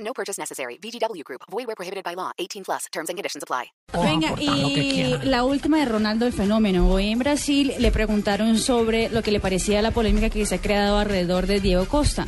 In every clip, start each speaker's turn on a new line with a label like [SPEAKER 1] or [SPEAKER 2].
[SPEAKER 1] No purchase necessary. VGW Group. Void where prohibited by law. 18 plus. Terms and conditions apply.
[SPEAKER 2] Venga, y la última de Ronaldo el Fenómeno. Hoy en Brasil le preguntaron sobre lo que le parecía la polémica que se ha creado alrededor de Diego Costa.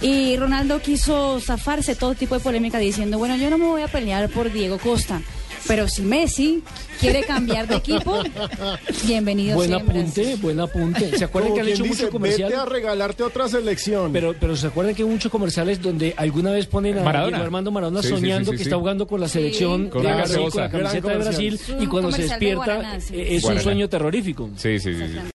[SPEAKER 2] Y Ronaldo quiso zafarse todo tipo de polémica diciendo, bueno, yo no me voy a pelear por Diego Costa. Pero si Messi quiere cambiar de equipo, bienvenido
[SPEAKER 3] Buen
[SPEAKER 2] sea en
[SPEAKER 3] apunte,
[SPEAKER 2] Brasil".
[SPEAKER 3] buen apunte. ¿Se acuerdan
[SPEAKER 4] Como
[SPEAKER 3] que han
[SPEAKER 4] quien
[SPEAKER 3] hecho
[SPEAKER 4] dice,
[SPEAKER 3] muchos comerciales?
[SPEAKER 4] Vete a regalarte otra selección.
[SPEAKER 3] Pero, pero se acuerdan que hay muchos comerciales donde alguna vez ponen a
[SPEAKER 5] Maradona.
[SPEAKER 3] Diego Armando Maradona
[SPEAKER 5] Sí, sí,
[SPEAKER 3] soñando
[SPEAKER 5] sí, sí,
[SPEAKER 3] que
[SPEAKER 5] sí.
[SPEAKER 3] está jugando con la selección
[SPEAKER 5] Con
[SPEAKER 3] de
[SPEAKER 5] la
[SPEAKER 3] Brasil,
[SPEAKER 5] gaseosa.
[SPEAKER 3] con la
[SPEAKER 4] Gran
[SPEAKER 3] camiseta de
[SPEAKER 4] comercial.
[SPEAKER 3] Brasil
[SPEAKER 2] un
[SPEAKER 3] y cuando se
[SPEAKER 2] comercial de
[SPEAKER 3] despierta
[SPEAKER 2] Guaraná, sí.
[SPEAKER 3] eh, es un
[SPEAKER 5] Guaraná.
[SPEAKER 3] sueño terrorífico.
[SPEAKER 5] Sí, sí, sí. sí.